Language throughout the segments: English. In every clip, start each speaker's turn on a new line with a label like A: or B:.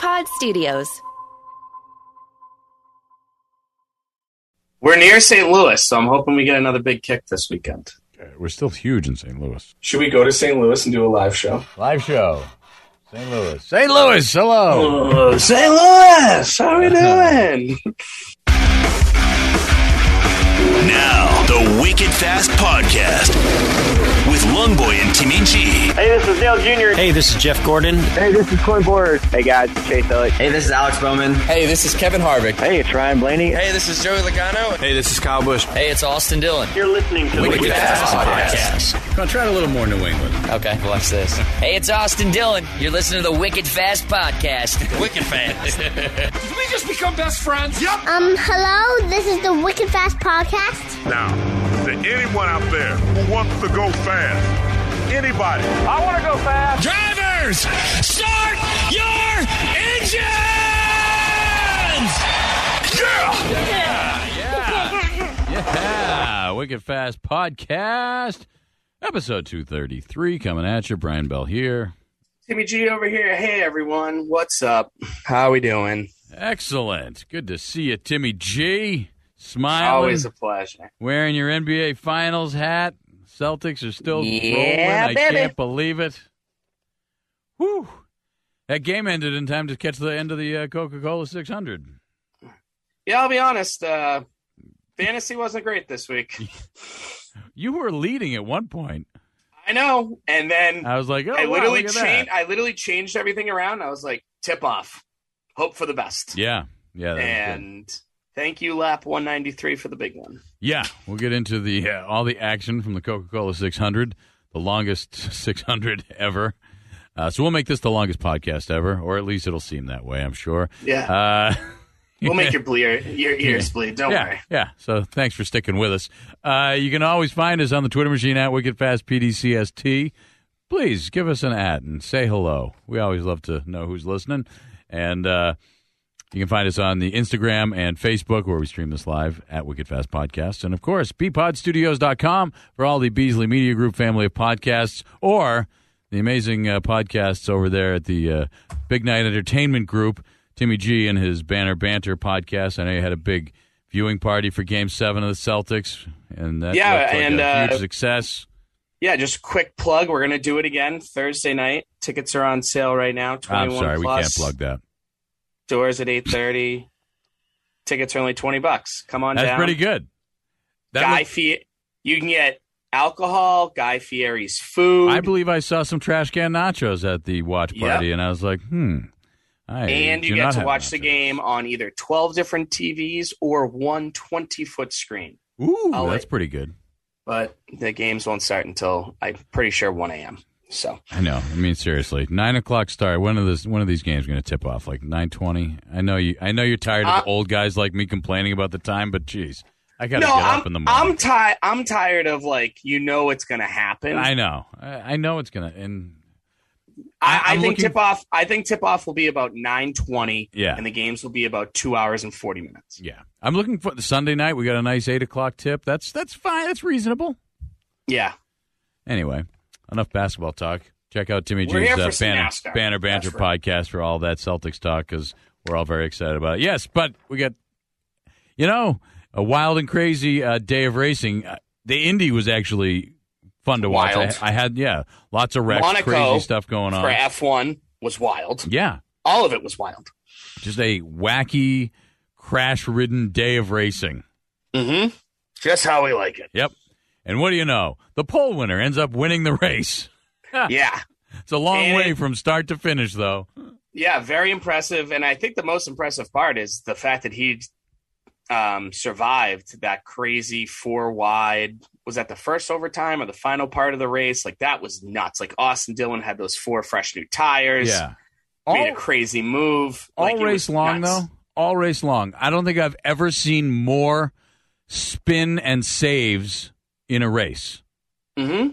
A: Pod Studios.
B: We're near St. Louis, so I'm hoping we get another big kick this weekend.
C: Uh, We're still huge in St. Louis.
B: Should we go to St. Louis and do a live show?
C: Live show. St. Louis. St. Louis, hello.
B: Oh, St. Louis, how we doing?
D: Now, the Wicked Fast Podcast with Longboy and Timmy G.
E: Hey, this is Dale Jr. Hey, this is Jeff Gordon. Hey, this is Coin Board. Hey, guys, it's Chase Elliott. Hey, this is Alex Bowman.
F: Hey, this is Kevin Harvick.
E: Hey, it's Ryan Blaney. Hey,
F: this is Joey Logano. Hey, this is Kyle Bush. Hey, it's Austin Dillon.
E: you're listening to
F: Wicked Fast
C: Come on, try it a little more New England.
F: Okay, watch this. hey, it's Austin Dillon. You're listening to the Wicked Fast Podcast. Wicked Fast.
G: Did we just become best friends? Yep.
H: Um, hello, this is the Wicked Fast Podcast.
I: Now, to anyone out there who wants to go fast, anybody, I want to go fast.
G: Drivers, start your engines! Yeah!
C: Yeah, Wicked Fast Podcast, episode 233, coming at you. Brian Bell here.
B: Timmy G over here. Hey, everyone. What's up? How we doing?
C: Excellent. Good to see you, Timmy G. Smiling.
B: Always a pleasure.
C: Wearing your NBA Finals hat. Celtics are still
B: Yeah,
C: rolling. I
B: baby.
C: can't believe it. Whew. That game ended in time to catch the end of the uh, Coca Cola 600.
B: Yeah, I'll be honest. Uh, fantasy wasn't great this week.
C: You were leading at one point.
B: I know. And then
C: I was like, oh,
B: I
C: wow,
B: literally
C: look at
B: changed.
C: that.
B: I literally changed everything around. I was like, tip off, hope for the best,
C: Yeah, yeah, that was good.
B: and thank you, lap 193 for the big one.
C: yeah. We'll get into the uh, all the action from the Coca Cola 600, the longest 600 ever. Uh, so we'll make this the longest podcast ever, or at least it'll seem that way. I'm sure.
B: Yeah.
C: Uh,
B: We'll make your blear, your ears bleed. Don't
C: yeah,
B: worry.
C: yeah. So thanks for sticking with us. Uh, you can always find us on the Twitter machine at WickedFastPDCST. Please give us an ad and say hello. We always love to know who's listening. And uh, you can find us on the Instagram and Facebook where we stream this live at Wicked Fast Podcast. And of course, bpodstudios.com for all the Beasley Media Group family of podcasts or the amazing uh, podcasts over there at the uh, Big Night Entertainment Group. Timmy G and his Banner Banter podcast. I know you had a big viewing party for Game Seven of the Celtics, and that
B: Yeah,
C: looked like
B: and,
C: a
B: uh,
C: huge success.
B: Yeah, just quick plug. We're gonna do it again Thursday night. Tickets are on sale right now.
C: I'm
B: 21
C: sorry, we
B: plus.
C: can't plug that.
B: Doors at 8:30. Tickets are only 20 bucks. Come on
C: That's
B: down.
C: pretty good. That
B: Guy
C: looked-
B: Fie- You can get alcohol, Guy Fieri's food,
C: I believe I saw some trash can nachos at the watch
B: Yep.
C: party, and I was like, hmm. I
B: and you
C: do not
B: get to
C: have
B: watch the
C: nachos.
B: game on either 12 different TVs or one 20 foot screen.
C: Ooh,
B: I'll
C: that's
B: wait.
C: pretty good.
B: But the games won't start until I'm pretty sure 1 a.m. So
C: I know. I mean, seriously, nine o'clock start. When of this? One of these games going to tip off? Like nine twenty? I know you. I know you're tired of
B: Uh,
C: old guys like me complaining about the time, but geez, I got to
B: no,
C: get
B: I'm,
C: up in the morning.
B: I'm tired. I'm tired of like you know it's going to happen.
C: I know. I, I know it's gonna. And
B: I,
C: I'm
B: I think
C: looking-
B: tip off. I think tip off will be about nine twenty.
C: Yeah.
B: and the games will be about two hours and forty minutes.
C: yeah, I'm looking for the Sunday night. We got a nice eight o'clock tip. That's that's fine. That's reasonable.
B: Yeah,
C: Anyway, enough basketball talk. Check out Timmy
B: We're
C: G's
B: here
C: uh,
B: for some
C: banner,
B: NASCAR.
C: banner banter
B: That's right.
C: podcast for all that Celtics talk because we're all very excited about it. Yes, but we got you know a wild and crazy uh, day of racing. Uh, the Indy was actually fun to watch.
B: Wild.
C: I, I had yeah, lots of wrecks,
B: Monaco
C: crazy stuff going on.
B: for F one was wild.
C: Yeah,
B: All of it was wild.
C: just a wacky, crash-ridden day of racing.
B: Mm-hmm. Just how we like it.
C: Yep. And what do you know? The pole winner ends up winning the race.
B: Yeah,
C: It's a long
B: And
C: way
B: it-
C: from start to finish, though.
B: yeah, very impressive. And I think the most impressive part is the fact that he um, survived that crazy four wide was that the first overtime or the final part of the race? Like that was nuts. Like Austin Dillon had those four fresh new tires.
C: Yeah.
B: made a
C: All-
B: crazy move.
C: all
B: Like, it
C: race
B: was
C: long
B: nuts.
C: though all race long i don't think i've ever seen more spin and saves in a race
B: mm-hmm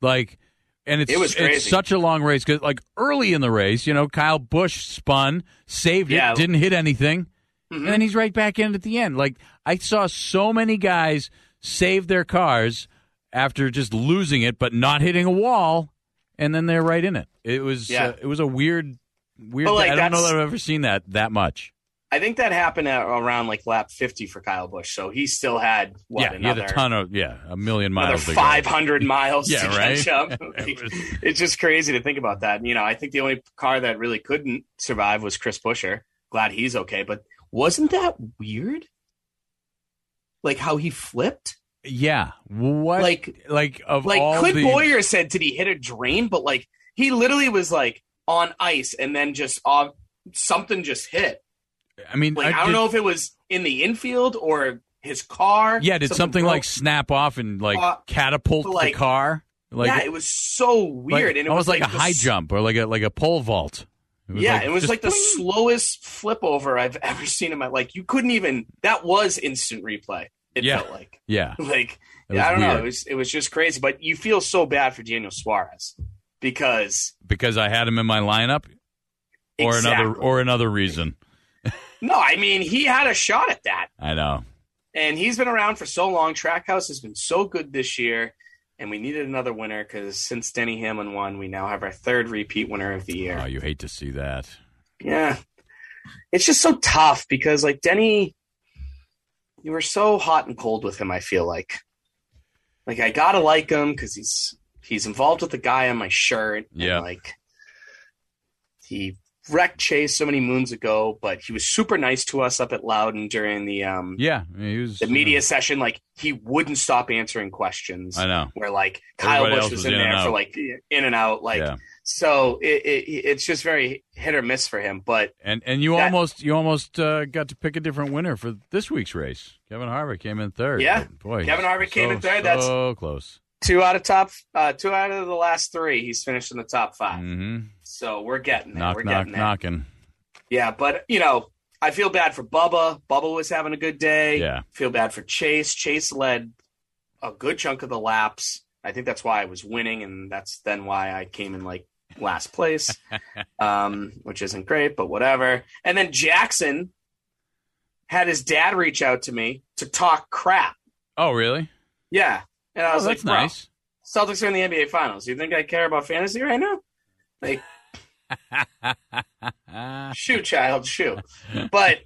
C: like and it's
B: It was
C: it's
B: crazy.
C: such a long race because like early in the race you know kyle bush spun saved
B: Yeah. Mm-hmm.
C: it didn't hit anything and then he's right back in at the end like i saw so many guys save their cars after just losing it but not hitting a wall and then they're right in it it was
B: Yeah.
C: uh, it was a weird weird
B: But, like,
C: i don't know
B: that's-
C: that i've ever seen that that much
B: I think that happened at around like lap 50 for Kyle Bush. So he still had what
C: yeah,
B: another
C: he had a ton of yeah, a million
B: another
C: miles. to go.
B: 500 miles
C: Yeah,
B: to
C: right?
B: catch up. Like, it's just crazy to think about that. And, you know, I think the only car that really couldn't survive was Chris Busher. Glad he's okay, but wasn't that weird? Like how he flipped?
C: Yeah, what
B: Like-
C: like like of
B: like
C: all
B: Clint
C: the
B: Boyer said, did he hit a drain? But like he literally was like on ice and then just uh, something just hit.
C: I mean,
B: Like I, don't
C: did-
B: know if it was in the infield or his car.
C: Yeah, did something,
B: broke.
C: like snap off and like
B: Uh,
C: catapult
B: like-
C: the car? Like
B: yeah, it was so weird,
C: like,
B: and it
C: almost
B: was
C: like,
B: like,
C: a
B: the
C: high
B: s-
C: jump or like a like a pole vault. It was
B: yeah,
C: like
B: it was
C: just
B: like the slowest flip over I've ever seen in my like. You couldn't even. That was instant replay. It
C: Yeah.
B: felt like
C: yeah.
B: like
C: It was
B: I don't know.
C: weird.
B: It was it was just crazy. But you feel so bad for Daniel Suarez because
C: Because I had him in my lineup, or another
B: Exactly.
C: or another reason.
B: no, I mean he had a shot at that.
C: I know.
B: and he's been around for so long. Trackhouse has been so good this year, and we needed another winner because since Denny Hamlin won, we now have our third repeat winner of the year.
C: Oh, you hate to see that.
B: Yeah, it's just so tough because like Denny, you were so hot and cold with him. I feel like, like I gotta like him because he's he's involved with the guy on my shirt. and,
C: Yeah.
B: like he wrecked Chase so many moons ago, but he was super nice to us up at Loudon during the um
C: Yeah, he was
B: the media session, like he wouldn't stop answering questions.
C: uh, I know.
B: Where like Kyle
C: Everybody
B: Bush
C: else
B: was
C: was
B: in,
C: in
B: there
C: and
B: for
C: out.
B: like in and out, like
C: Yeah.
B: so it, it it's just very hit or miss for him. But
C: And and you
B: That-
C: almost you almost uh, got to pick a different winner for this week's race. Kevin Harvick came in third.
B: Yeah.
C: But, boy,
B: Kevin Harvick came in
C: so-
B: third. That's-
C: so close.
B: two out of top, uh, two out of the last three, he's finished in the top 5
C: hmm
B: So we're getting there.
C: Knock
B: Ah. we're
C: knock
B: getting there.
C: knocking.
B: Yeah, but you know, I feel bad for Bubba. Bubba was having a good day.
C: Yeah.
B: Feel bad for Chase. Chase led a good chunk of the laps. I think that's why I was winning, and that's then why I came in like last place, um, which isn't great, but whatever. And then Jackson had his dad reach out to me to talk crap.
C: Oh really?
B: Yeah, and I
C: Oh,
B: was like,
C: that's
B: "Bro,
C: nice.
B: Celtics are in the NBA Finals. You think I care about fantasy right now? Like, shoot, child, shoot. But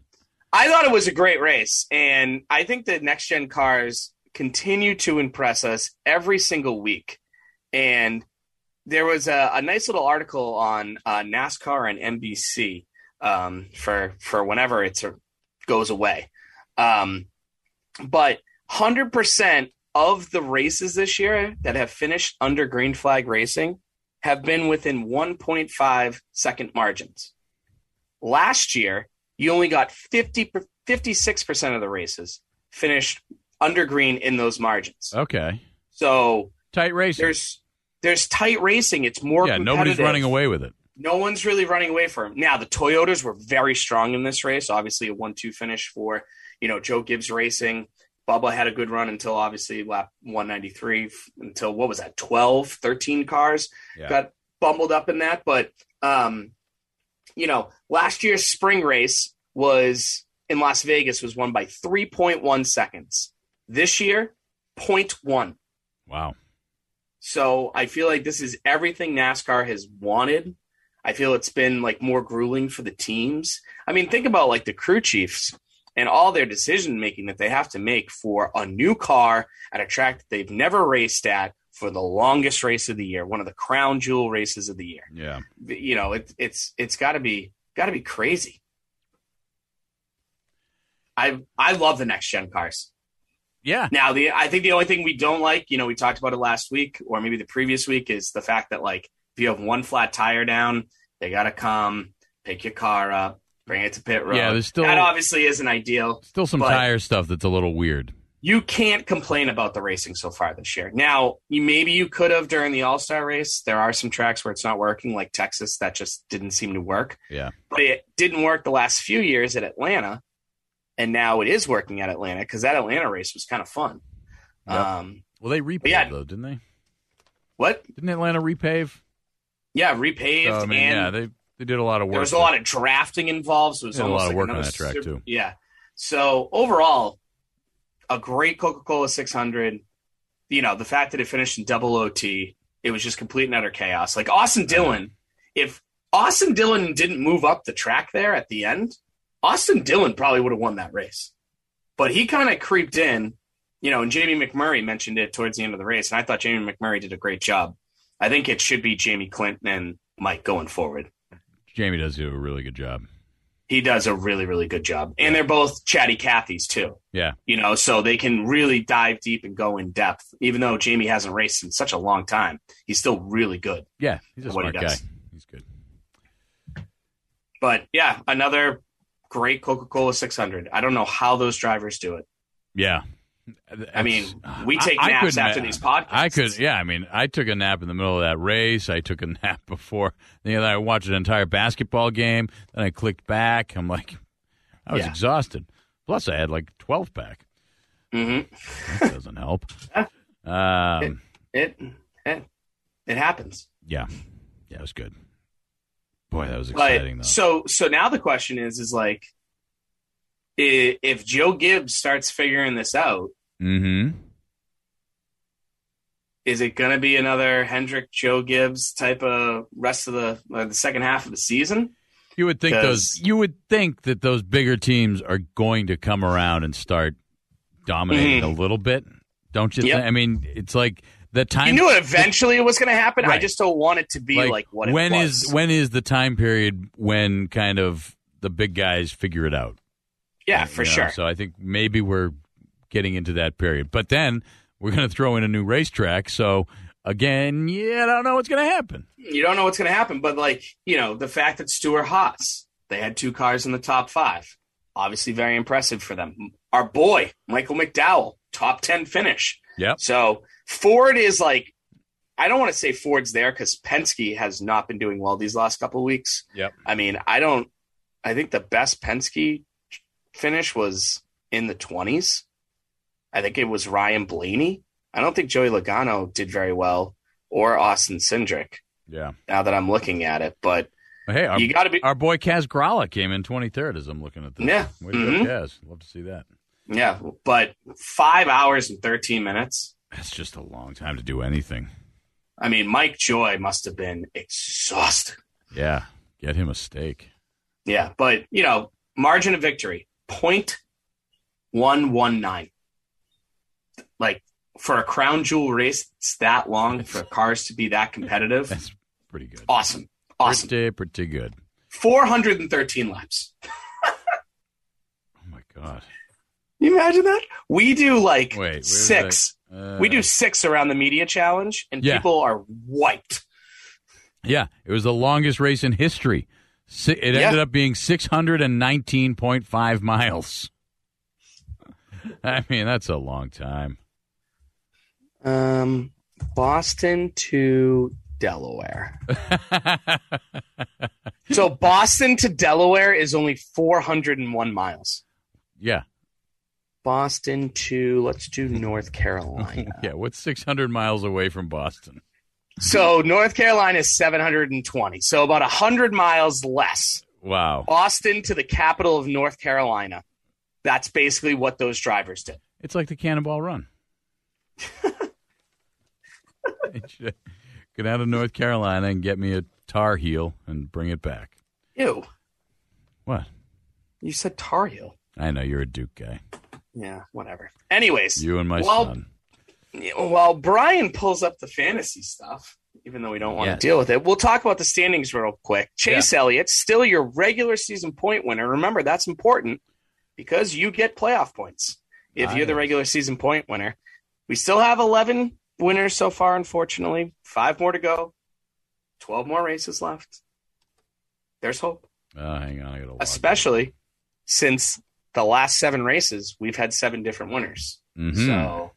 B: I thought it was a great race, and I think the next gen cars continue to impress us every single week. And there was a, a nice little article on uh, NASCAR and NBC um, for for whenever it's a, goes away. Um, but 100% of the races this year that have finished under green flag racing have been within 1.5 second margins. Last year, you only got 50, per- 56% of the races finished under green in those margins.
C: Okay.
B: So
C: Tight racing.
B: there's there's tight racing. It's more
C: yeah, nobody's
B: competitive.
C: running away with it.
B: No one's really running away from him. Now the Toyotas were very strong in this race. Obviously a one-two finish for you know Joe Gibbs Racing. Bubba had a good run until obviously lap 193 f- until what was that 12 13 cars
C: Yeah.
B: got bumbled up in that but um you know last year's spring race was in Las Vegas was won by 3.1 seconds. This year 0.1.
C: Wow.
B: So I feel like this is everything NASCAR has wanted. I feel it's been like more grueling for the teams. I mean, think about like the crew chiefs and all their decision making that they have to make for a new car at a track that they've never raced at for the longest race of the year, one of the crown jewel races of the year.
C: Yeah.
B: You know, it, it's it's got to be got to be crazy. I I love the next gen cars.
C: Yeah.
B: Now, the I think the only thing we don't like, you know, we talked about it last week or maybe the previous week, is the fact that like if you have one flat tire down, they got to come pick your car up, bring it to pit road.
C: Yeah, there's still-
B: that obviously isn't ideal.
C: Still some
B: But-
C: tire stuff that's a little weird.
B: you can't complain about the racing so far this year. Now, you, maybe you could have during the All Star race. There are some tracks where it's not working, like Texas, that just didn't seem to work.
C: Yeah.
B: But it didn't work the last few years at Atlanta, and now it is working at Atlanta because that Atlanta race was kind of fun. Um,
C: well, they repaved
B: yeah.
C: though, didn't they?
B: What
C: didn't Atlanta repave?
B: Yeah, repaved,
C: So, I mean,
B: and
C: yeah, they they did a lot of work.
B: there was a lot of drafting involved. So it was
C: Did a lot
B: almost
C: of
B: like
C: work on
B: another
C: that track,
B: super-
C: too.
B: Yeah. So overall, a great Coca Cola 600. You know, the fact that it finished in double OT, it was just complete and utter chaos. Like Austin Dillon, if Austin Dillon didn't move up the track there at the end, Austin Dillon probably would have won that race. But he kind of creeped in, you know, and Jamie McMurray mentioned it towards the end of the race. And I thought Jamie McMurray did a great job. I think it should be Jamie Clinton and Mike going forward.
C: Jamie does do a really good job.
B: He does a really, really good job. And they're both chatty Cathy's too.
C: Yeah.
B: You know, so they can really dive deep and go in depth. Even though Jamie hasn't raced in such a long time, he's still really good.
C: Yeah, he's a
B: at what he
C: smart guy.
B: does. But yeah, another great Coca Cola 600. I don't know how those drivers do it.
C: Yeah.
B: I mean, we take
C: I- I
B: naps
C: couldn't-
B: after these podcasts.
C: I could, yeah. I mean, I took a nap in the middle of that race. I took a nap before. You know, I watched an entire basketball game. Then I clicked back. I'm like, I was
B: Yeah.
C: exhausted. Plus, I had like 12 pack.
B: Mm-hmm.
C: That doesn't help. Um,
B: It, it, it happens.
C: yeah, yeah, it was good. Boy, that was
B: But-
C: exciting. though.
B: So so now the question is is like i- if Joe Gibbs starts figuring this out,
C: Mm-hmm.
B: is it going to be another Hendrick Joe Gibbs type of rest of the uh, the second half of the season?
C: You would think those. You would think that those bigger teams are going to come around and start dominating a little bit, don't you?
B: Mm-hmm. Yep.
C: think? I mean, it's like the
B: You
C: time.
B: knew it eventually it was going to happen. I
C: Right.
B: just don't want it to be like, what it
C: when
B: was.
C: is- when is the time period when kind of the big guys figure it out?
B: yeah, for
C: you know?
B: sure.
C: So I think maybe we're getting into that period, but then we're going to throw in a new racetrack. So again, yeah, I don't know what's going to happen.
B: you don't know what's going to happen. But like you know, the fact that Stuart Haas they had two cars in the top five, obviously very impressive for them. Our boy Michael McDowell, top ten finish.
C: Yep.
B: So Ford is like, I don't want to say Ford's there because Penske has not been doing well these last couple of weeks.
C: Yep.
B: I mean, I don't. I think the best Penske finish was in the twenties. I think it was Ryan Blaney. I don't think Joey Logano did very well or Austin Sindrick
C: Yeah.
B: now that I'm looking at it. But
C: Hey, our,
B: You gotta be-
C: our boy Kaz Grala came in 23rd as I'm looking at this.
B: Yeah.
C: Way to
B: Mhm.
C: go, Kaz. Love to see that.
B: yeah, but five hours and 13 minutes.
C: That's just a long time to do anything.
B: I mean, Mike Joy must have been exhausted.
C: Yeah. Get him a steak.
B: Yeah, but you know, margin of victory point one one nine. Like for a crown jewel race, it's that long for cars to be that competitive. That's
C: pretty good.
B: Awesome, awesome.
C: Pretty, pretty good.
B: Four hundred and thirteen laps.
C: Oh, My God.
B: You imagine that? We do like
C: Wait,
B: six.
C: uh,
B: we do six around the media challenge, and
C: Yeah.
B: people are wiped.
C: Yeah. It was the longest race in history. Si- It
B: Yeah.
C: ended up being 619.5 miles. I mean, that's a long time.
B: Um, Boston to Delaware. so Boston to Delaware is only 401 miles.
C: Yeah.
B: Boston to let's do North Carolina.
C: Yeah. What's 600 miles away from Boston?
B: so North Carolina is 720. So about 100 miles less.
C: Wow.
B: Boston to the capital of North Carolina. That's basically what those drivers did.
C: It's like the Cannonball Run. Go down to North Carolina and get me a Tar Heel and bring it back.
B: Ew.
C: What?
B: You said Tar Heel.
C: I know you're a Duke guy.
B: Yeah, whatever. Anyways,
C: You and my
B: while-
C: son.
B: While Brian pulls up the fantasy stuff, even though we don't want
C: Yes.
B: to deal with it, we'll talk about the standings real quick. Chase Elliott, still your regular season point winner. Remember, that's important because you get playoff points if you're the
C: Nice.
B: regular season point winner. We still have 11 winners so far, unfortunately. Five more to go, 12 more races left. There's hope
C: Oh, hang on, I gotta. Log.
B: especially since the last seven races, we've had seven different winners.
C: Mhm.
B: So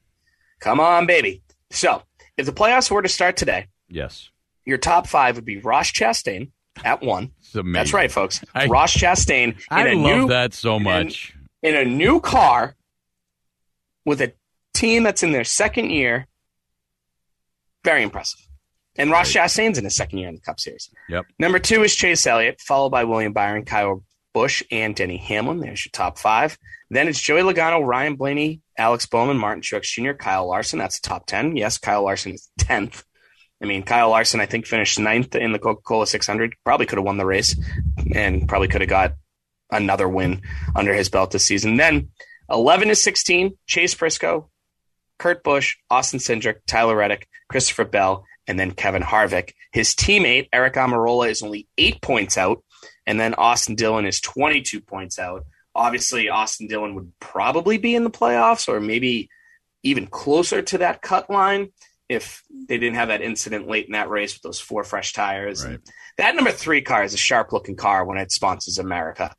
B: come on, baby. So if the playoffs were to start today,
C: Yes.
B: your top five would be Ross Chastain at one.
C: amazing.
B: That's right, folks. Ross Chastain in
C: I
B: a
C: love
B: new
C: that so much.
B: in a new car with a team that's in their second year. Very impressive. And Ross Chastain's in his second year in the Cup Series.
C: Yep.
B: Number two is Chase Elliott, followed by William Byron, Kyle Bush, and Denny Hamlin. There's your top five. Then it's Joey Logano, Ryan Blaney, Alex Bowman, Martin Truex Jr., Kyle Larson. That's the top 10. Yes, Kyle Larson is 10th. I mean, Kyle Larson, I think, finished ninth in the Coca Cola 600. Probably could have won the race and probably could have got another win under his belt this season. Then 11 to 16, Chase Briscoe, Kurt Busch, Austin Cindric, Tyler Reddick, Christopher Bell, and then Kevin Harvick. His teammate, Eric Amarola, is only eight points out, and then Austin Dillon is 22 points out. Obviously, Austin Dillon would probably be in the playoffs or maybe even closer to that cut line if they didn't have that incident late in that race with those four fresh tires. And That number three car is a sharp looking car when it sponsors America.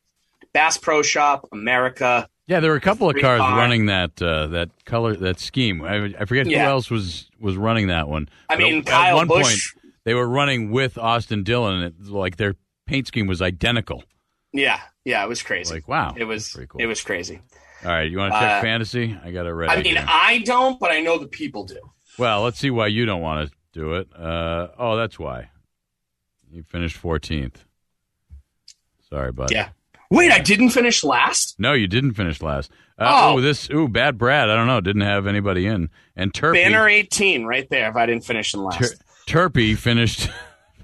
B: Bass Pro Shop, America.
C: Yeah, there were a couple of
B: Three
C: cars
B: car.
C: running that uh, that color that scheme. I, I forget
B: Yeah.
C: who else was was running that one.
B: I
C: But
B: mean,
C: at,
B: Kyle
C: one
B: Busch-
C: point they were running with Austin Dillon, and it, like their paint scheme was identical.
B: Yeah, yeah, it was crazy.
C: Like, wow,
B: it was it was crazy.
C: All right, you want to check
B: Uh,
C: fantasy? I got it ready.
B: I mean, uh,
C: here.
B: I don't, but I know the people do.
C: well, let's see why you don't want to do it. Uh, oh, that's why you finished fourteenth. Sorry, buddy.
B: Yeah. Wait, I didn't finish last.
C: No, you didn't finish last. Uh,
B: Oh.
C: oh, this ooh, bad Brad. I don't know. Didn't have anybody in. And Turpie.
B: Banner eighteen, right there. If I didn't finish in last,
C: Tur- Turpie finished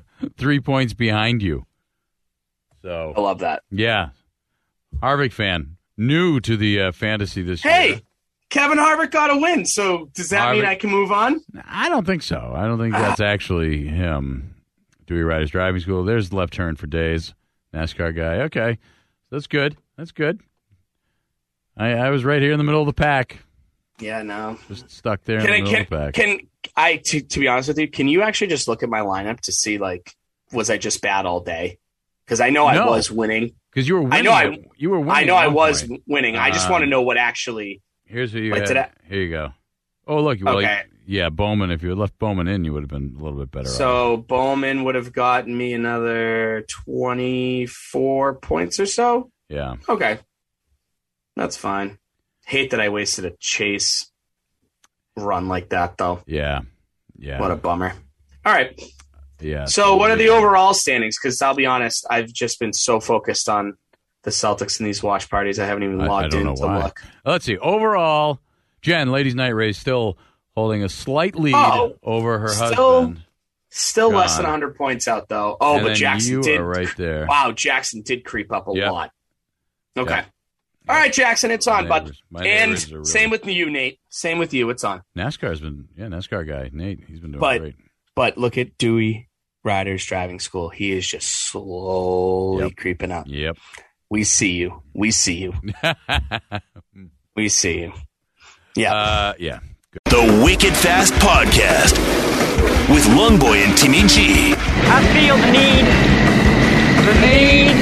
C: three points behind you. So
B: I love that.
C: Yeah, Harvick fan, new to the uh, fantasy this year.
B: Hey, Kevin Harvick got a win. So does that mean
C: Harvick-
B: I can move on?
C: I don't think so. I don't think that's actually him. Dewey Riders Driving School. There's the left turn for days. NASCAR guy. Okay, that's good. That's good. I, I was right here in the middle of the pack,
B: Yeah, no.
C: just stuck there in
B: Can
C: the
B: I,
C: middle
B: can,
C: of the pack.
B: can I? To, to be honest with you, can you actually just look at my lineup to see like was I just bad all day? Because I know I
C: No.
B: was winning.
C: Because you were winning.
B: I know I
C: at- you were winning.
B: I know
C: at
B: I
C: one
B: was
C: point.
B: winning. I just
C: Um,
B: want to know what actually.
C: Here's who you
B: Wait,
C: had.
B: did I-
C: Here you go. Oh look, well,
B: Okay.
C: you- yeah, Bowman. If you had left Bowman in, you would have been a little bit better. off.
B: So Bowman would have gotten me another 24 points or so.
C: yeah,
B: Okay. That's fine. Hate that I wasted a chase run like that, though.
C: yeah, yeah.
B: What a bummer. All right.
C: yeah.
B: So, what are the overall standings? Because I'll be honest, I've just been so focused on the Celtics and these watch parties, I haven't even
C: I- I,
B: logged
C: don't
B: in
C: know
B: to
C: why.
B: look.
C: Let's see. Overall, Jen, ladies' night race, still holding a slight lead
B: Oh,
C: over her
B: still
C: husband.
B: still less than
C: God.
B: 100 points out, though. Oh,
C: And
B: but
C: then
B: Jackson
C: you
B: did.
C: are right there.
B: Wow, Jackson did creep up a
C: Yeah.
B: lot. Okay.
C: Yeah.
B: All right, Jackson, it's on, bud.
C: neighbors- my
B: and
C: neighbors are really-
B: same with you, Nate. Same with you, it's on.
C: NASCAR's been yeah, NASCAR guy Nate. He's been doing
B: But-
C: great.
B: But look at Dewey Riders Driving School. He is just slowly creeping up.
C: Yep.
B: We see you. We see you. we see you. Yeah.
C: Uh, yeah.
D: The Wicked Fast Podcast with Longboy and Timmy G.
G: I feel the need, the need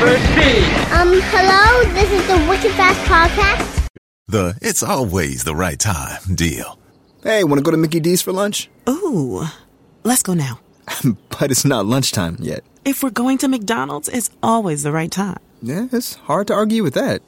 G: for speed.
H: Um, hello, this is the Wicked Fast Podcast.
J: The it's always the right time deal.
K: Hey, want to go to Mickey D's for lunch?
L: Ooh, let's go now.
K: but it's not lunchtime yet.
L: If we're going to McDonald's, it's always the right time.
K: Yeah, it's hard to argue with that.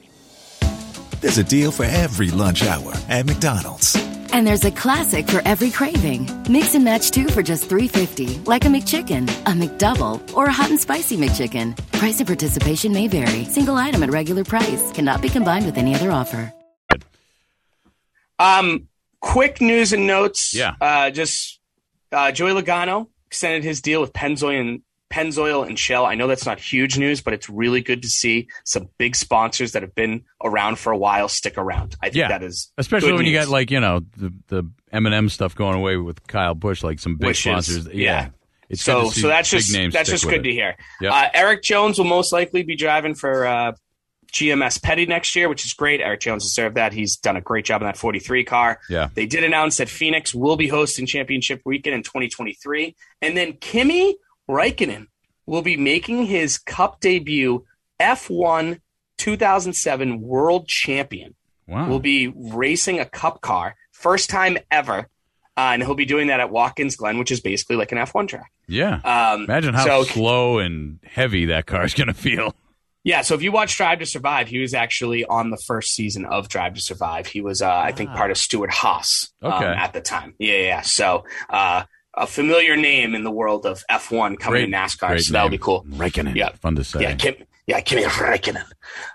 J: There's a deal for every lunch hour at McDonald's.
M: And there's a classic for every craving. Mix and match two for just $3.50, like a McChicken, a McDouble, or a hot and spicy McChicken. Price and participation may vary. Single item at regular price cannot be combined with any other offer.
B: Um, quick news and notes.
M: Yeah.
B: Uh, just uh, Joey Logano extended his deal with Pennzoil and Pennzoil and Shell. I know that's not huge news, but it's really good to see some big sponsors that have been around for a while stick around. I think
C: Yeah.
B: that is
C: Especially
B: good
C: when you
B: news.
C: got like you know the the M stuff going away with Kyle Bush, like some big
B: Bush's,
C: sponsors. Yeah.
B: yeah.
C: It's good
B: so
C: to see
B: so that's
C: big
B: just
C: names
B: that's
C: stick
B: just
C: with
B: good
C: it.
B: to hear.
C: Yep.
B: Uh, Eric Jones will most likely be driving for uh, GMS Petty next year, which is great. Eric Jones will serve that. He's done a great job in that 43 car.
C: Yeah.
B: They did announce that Phoenix will be hosting Championship Weekend in 2023, and then Kimi Raikkonen will be making his Cup debut, F1 2007 World Champion.
C: Wow.
B: will be racing a cup car, first time ever. Uh, and he'll be doing that at Watkins Glen, which is basically like an F1 track.
C: Yeah.
B: Um,
C: Imagine how
B: so-
C: slow and heavy that car is going to feel.
B: Yeah, so if you watch Drive to Survive, he was actually on the first season of Drive to Survive. He was, uh, I think, part of Stuart Haas um,
C: Okay.
B: at the time. Yeah, yeah, yeah. So uh, a familiar name in the world of F1 coming to NASCAR.
C: great
B: so that'll
C: name.
B: be cool.
C: Raikkonen.
B: Yeah.
C: Fun to say.
B: Yeah, Kim, yeah, Kimi Räikkönen.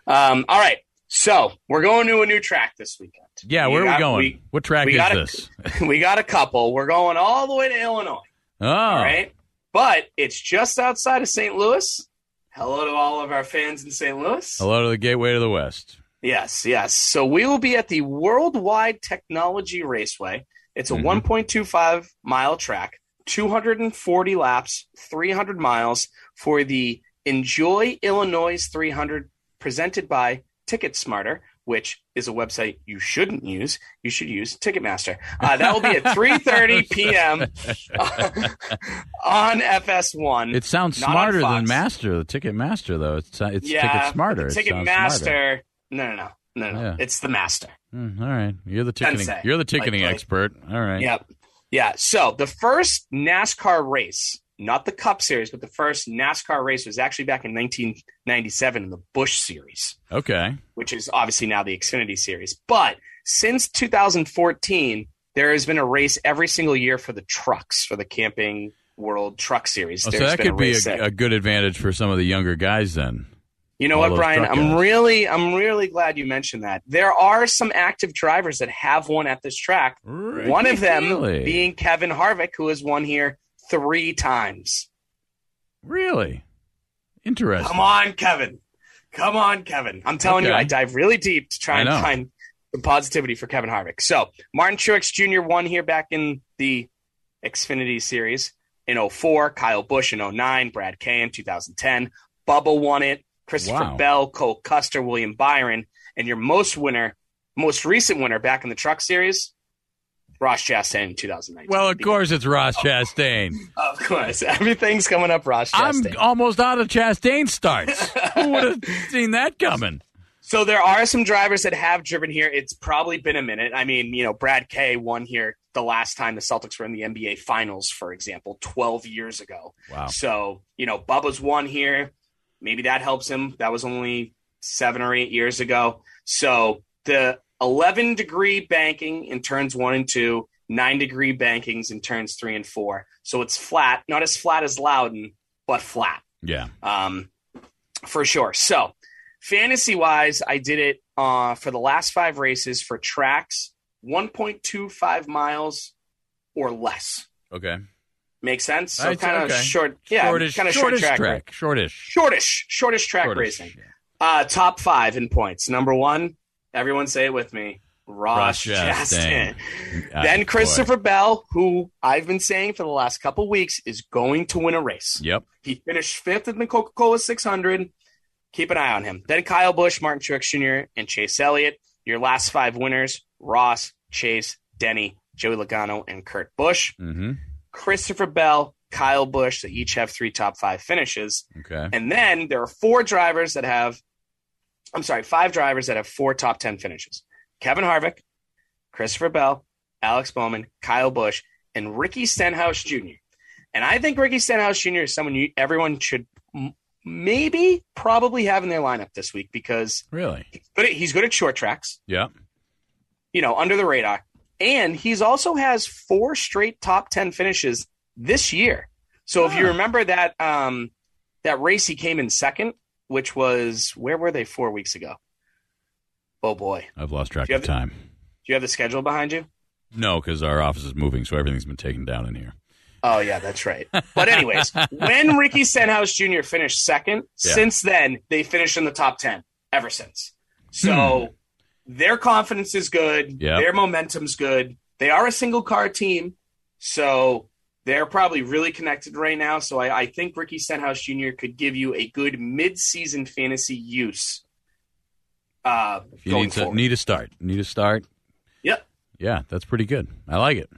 B: Um, all right, so we're going to a new track this weekend.
C: Yeah,
B: You
C: where are
B: got-
C: we going?
B: we-
C: what track
B: we
C: is
B: got a-
C: this?
B: we got a couple. We're going all the way to Illinois.
C: Oh,
B: All right. But it's just outside of St. Louis. Hello to all of our fans in St. Louis.
C: hello to the Gateway to the West.
B: Yes, yes. So we will be at the Worldwide Technology Raceway. It's
C: Mm-hmm.
B: a 1.25 mile track, 240 laps, 300 miles for the Enjoy Illinois 300 presented by Ticket Smarter, which is a website you shouldn't use. You should use Ticketmaster. Uh, that will be at 3:30 p.m. on FS1.
C: It sounds
B: not on
C: smarter than
B: Fox.
C: Master, the Ticket Master, though. It's uh, it's Ticket Smarter. It
B: Ticket
C: sounds smarter.
B: Master. No, no, no, no, no.
C: Yeah.
B: It's the Master.
C: Mm, all right, you're the ticketing.
B: Sensei.
C: You're the ticketing
B: Like, like-
C: expert. All right.
B: Yep. Yeah. So the first NASCAR race, not the Cup Series, but the first NASCAR race was actually back in 1997 in the Bush Series,
C: Okay. Oh,
B: which is obviously now the Xfinity Series. But since 2014, there has been a race every single year for the trucks, for the Camping World Truck Series.
C: Oh, so
B: There's
C: that
B: been
C: could be
B: race there.
C: a, a good advantage for some of the younger guys then.
B: You know
C: All
B: what,
C: those
B: Brian?
C: truck
B: I'm
C: guys.
B: really, I'm really glad you mentioned that. There are some active drivers that have one at this track. One of them
C: Really?
B: being Kevin Harvick, who has won here three times.
C: Really interesting.
B: Come on, Kevin. Come on, Kevin. I'm telling you,
C: Okay.
B: I dive really deep to try
C: I
B: and
C: know.
B: find the positivity for Kevin Harvick. So Martin Truex Jr. won here back in the Xfinity Series in 04, Kyle Busch in 09, Brad Kay in 2010, Bubba won it, Christopher
C: Wow.
B: Bell, Cole Custer, William Byron, and your most winner, most recent winner back in the Truck Series, Ross Chastain in 2019.
C: Well, of course it's Ross Chastain.
B: Of course, everything's coming up Ross
C: I'm
B: Chastain.
C: almost out of Chastain starts. Who would have seen that coming?
B: So there are some drivers that have driven here. It's probably been a minute. I mean, you know, Brad Kay won here the last time the Celtics were in the NBA Finals, for example, 12 years ago.
C: Wow.
B: So, you know, Bubba's won here. Maybe that helps him. That was only seven or eight years ago. So the 11 degree banking in turns one and two, nine degree bankings in turns three and four. So it's flat, not as flat as Loudon, but flat
C: Yeah.
B: um, for sure. So, fantasy wise, I did it uh, for the last five races for tracks 1.25 miles or less.
C: Okay.
B: Make sense? So,
C: Alright,
B: kind of
C: okay.
B: short, yeah,
C: Shortish-
B: kind of short
C: shortish
B: track,
C: track.
B: race.
C: Shortish.
B: shortish, shortish track
C: Shortish,
B: racing. Uh, top five in points. Number one, everyone say it with me. Ross, Chastain.
C: Uh,
B: then
C: boy.
B: Christopher Bell, who I've been saying for the last couple weeks is going to win a race.
C: Yep.
B: He finished fifth in the Coca Cola 600. Keep an eye on him. Then Kyle Bush, Martin Truex Jr., and Chase Elliott. Your last five winners Ross, Chase, Denny, Joey Logano, and Kurt Bush.
C: Mm-hmm.
B: Christopher Bell, Kyle Bush, they each have three top five finishes.
C: Okay.
B: And then there are four drivers that have, I'm sorry, five drivers that have four top 10 finishes Kevin Harvick, Christopher Bell, Alex Bowman, Kyle Bush, and Ricky Stenhouse Jr. And I think Ricky Stenhouse Jr. is someone you, everyone should m- maybe probably have in their lineup this week because
C: Really?
B: he's good at, he's good at short tracks,
C: Yeah.
B: you know, under the radar. And he's also has four straight top 10 finishes this year. So if you remember that um, that race he came in second, which was where were they four weeks ago? Oh boy.
C: I've lost track
B: Do you
C: of
B: have-
C: time.
B: Do you have the schedule behind you?
C: No, because our office is moving, so everything's been taken down in here.
B: Oh yeah, that's right. But anyways, when Ricky Stenhouse Jr. finished second,
C: Yeah.
B: since then they finished in the top ten ever since. So their confidence is good.
C: Hmm. Yep.
B: Their momentum's good. They are a single car team, so they're probably really connected right now. So I, I think Ricky Stenhouse Jr. could give you a good mid-season fantasy use. Uh,
C: If you
B: going
C: need to,
B: forward.
C: need to start. Need to start.
B: yep.
C: Yeah, that's pretty good. I like it.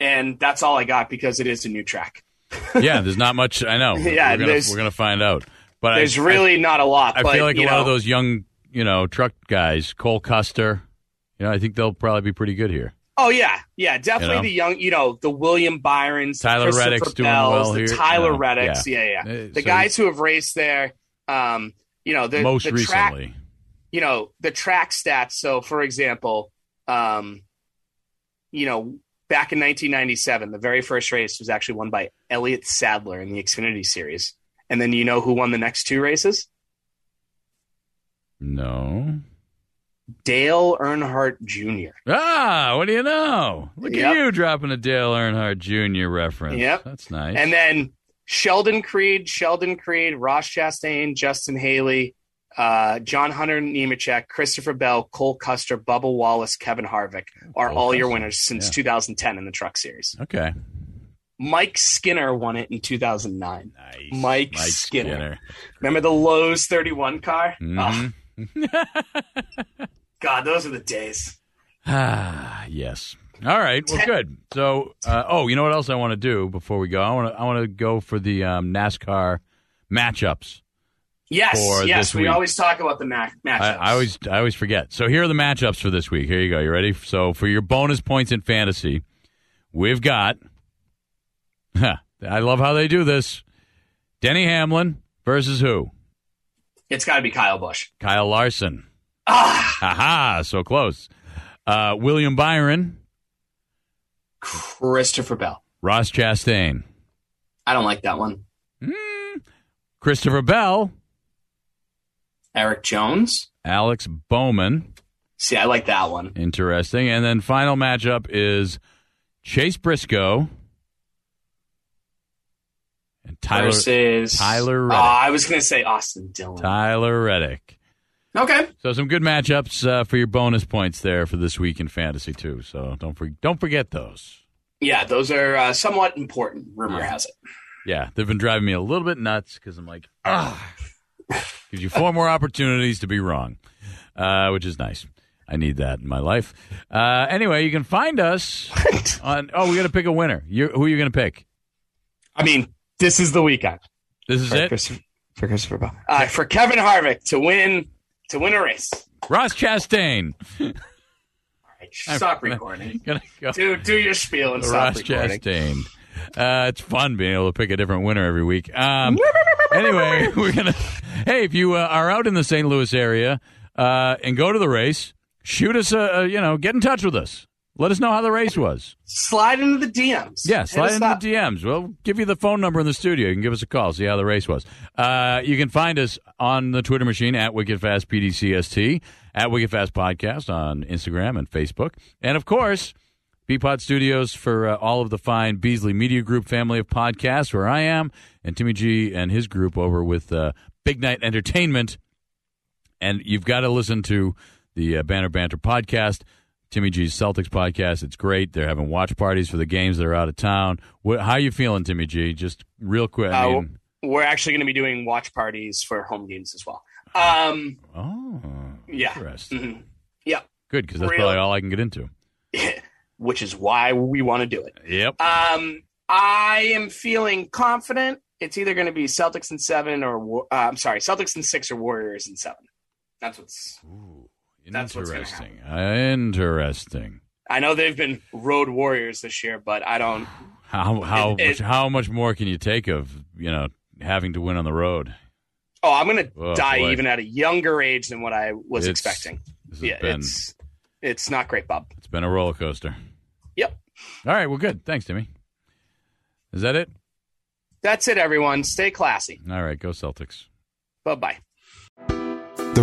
B: And that's all I got because it is a new track.
C: Yeah, there's not much. I know.
B: Yeah,
C: we're gonna,
B: there's-
C: we're gonna find out. But I-
B: There's
C: I,
B: really not a lot.
C: I
B: but,
C: feel like a
B: you
C: lot of
B: know-
C: those young you know, truck guys, Cole Custer. You know, I think they'll probably be pretty good here.
B: Oh yeah, yeah, definitely
C: You know?
B: the young, you know, the William Byron's, the
C: Tyler
B: Christopher
C: Reddick's doing
B: Bells,
C: well
B: the
C: here,
B: Tyler
C: you know,
B: Reddick's,
C: yeah.
B: yeah, yeah,
C: Uh,
B: the
C: so-
B: guys who have raced there, um, you know, the,
C: Most
B: the track,
C: recently,
B: you know, the track stats. So, for example, um, you know, back in 1997, the very first race was actually won by Elliott Sadler in the Xfinity Series, and then you know who won the next two races?
C: no.
B: Dale Earnhardt Jr.
C: Ah, what do you know? Look
B: Yep.
C: at you dropping a Dale Earnhardt Jr. reference.
B: Yep.
C: that's nice.
B: And then Sheldon Creed, Sheldon Creed, Ross Chastain, Justin Haley, uh, John Hunter Nemechek, Christopher Bell, Cole Custer, Bubba Wallace, Kevin Harvick are
C: Cole
B: all your
C: Custer,
B: winners since
C: yeah.
B: 2010 in the Truck Series.
C: okay,
B: Mike Skinner won it in 2009. Mike,
C: Mike
B: Skinner. Ah.
C: Skinner.
B: Remember the Lowe's 31 car?
C: Mhm.
B: Ugh. God, those are the days.
C: Ah, yes. All right. Well, good. So, uh, oh, you know what else I want to do before we go? I want to I want to go for the um, NASCAR matchups.
B: Yes,
C: For
B: yes.
C: this
B: We
C: week.
B: always talk about the ma- matchups.
C: I, I always I always forget. So here are the matchups for this week. Here you go. You ready? So for your bonus points in fantasy, we've got. Huh, I love how they do this. Denny Hamlin versus who?
B: it's got to be Kyle Busch. Ah,
C: Kyle Larson. Aha! So close. Uh, William Byron,
B: Christopher Bell.
C: Ross Chastain,
B: I don't like that one.
C: Christopher Bell,
B: Eric Jones.
C: Alex Bowman.
B: See, I like that one.
C: Interesting. And then final matchup is Chase Briscoe and Tyler
B: versus
C: Tyler
B: Oh,
C: Reddick.
B: I was going to say Austin Dillon.
C: Tyler Reddick.
B: Okay.
C: So some good matchups uh, for your bonus points there for this week in fantasy too. So don't for- don't forget those.
B: Yeah, those are uh, somewhat important. Rumor has it.
C: Yeah, they've been driving me a little bit nuts because I'm like, ah, gives you four more opportunities to be wrong, uh, which is nice. I need that in my life. Uh, anyway, you can find us on. Oh, we got to pick a winner. You're, who are you going to pick?
B: I mean, this is the weekend.
C: This is it.
B: for Christopher Bell. Uh, for Kevin Harvick to win to win a race.
C: Ross Chastain.
B: Stop recording.
C: Gonna go.
B: Do do your spiel and stop
C: Ross
B: recording.
C: Chastain. Uh, it's fun being able to pick a different winner every week. Um, anyway, we're gonna. Hey, if you uh, are out in the St. Louis area uh, and go to the race, shoot us a, a you know, get in touch with us. Let us know how the race was.
B: Slide into the DMs.
C: Yeah, slide
B: Hit us
C: in the
B: up.
C: DMs. We'll give you the phone number in the studio. You can give us a call, see how the race was. Uh, you can find us on the Twitter machine at WickedFastPDCST, at WickedFast Podcast on Instagram and Facebook. And of course, Peapod Studios for uh, all of the fine Beasley Media Group family of podcasts, where I am, and Timmy G and his group over with uh, Big Night Entertainment and you've got to listen to the uh, Banner Banter podcast, Timmy G's Celtics podcast. It's great. They're having watch parties for the games that are out of town. What, how you feeling, Timmy G? Just real quick. I
B: Uh,
C: mean,
B: we're actually going to be doing watch parties for home games as well. Um,
C: oh,
B: yeah,
C: Interesting.
B: Mhm. yeah,
C: good because that's
B: Real-
C: probably all I can get into.
B: which is why we want to do it.
C: Yep.
B: Um, I am feeling confident. It's either going to be Celtics in seven or Wa- uh, I'm sorry, Celtics in six or Warriors in seven. That's what's. that's what's gonna happen.
C: Interesting. Interesting.
B: I know they've been road Warriors this year, but I don't.
C: How how
B: It- it-
C: much, how much more can you take of you know having to win on the road?
B: Oh, I'm going to
C: Oh,
B: die
C: boy.
B: even at a younger age than what I was
C: It's-
B: expecting.
C: This has
B: Yeah,
C: been
B: it's it's not great, Bob.
C: it's been a roller coaster.
B: Yep.
C: All right. Well, good. Thanks, Timmy. Is that it?
B: That's it, everyone. Stay classy.
C: All right. Go Celtics.
B: Bye bye.
A: The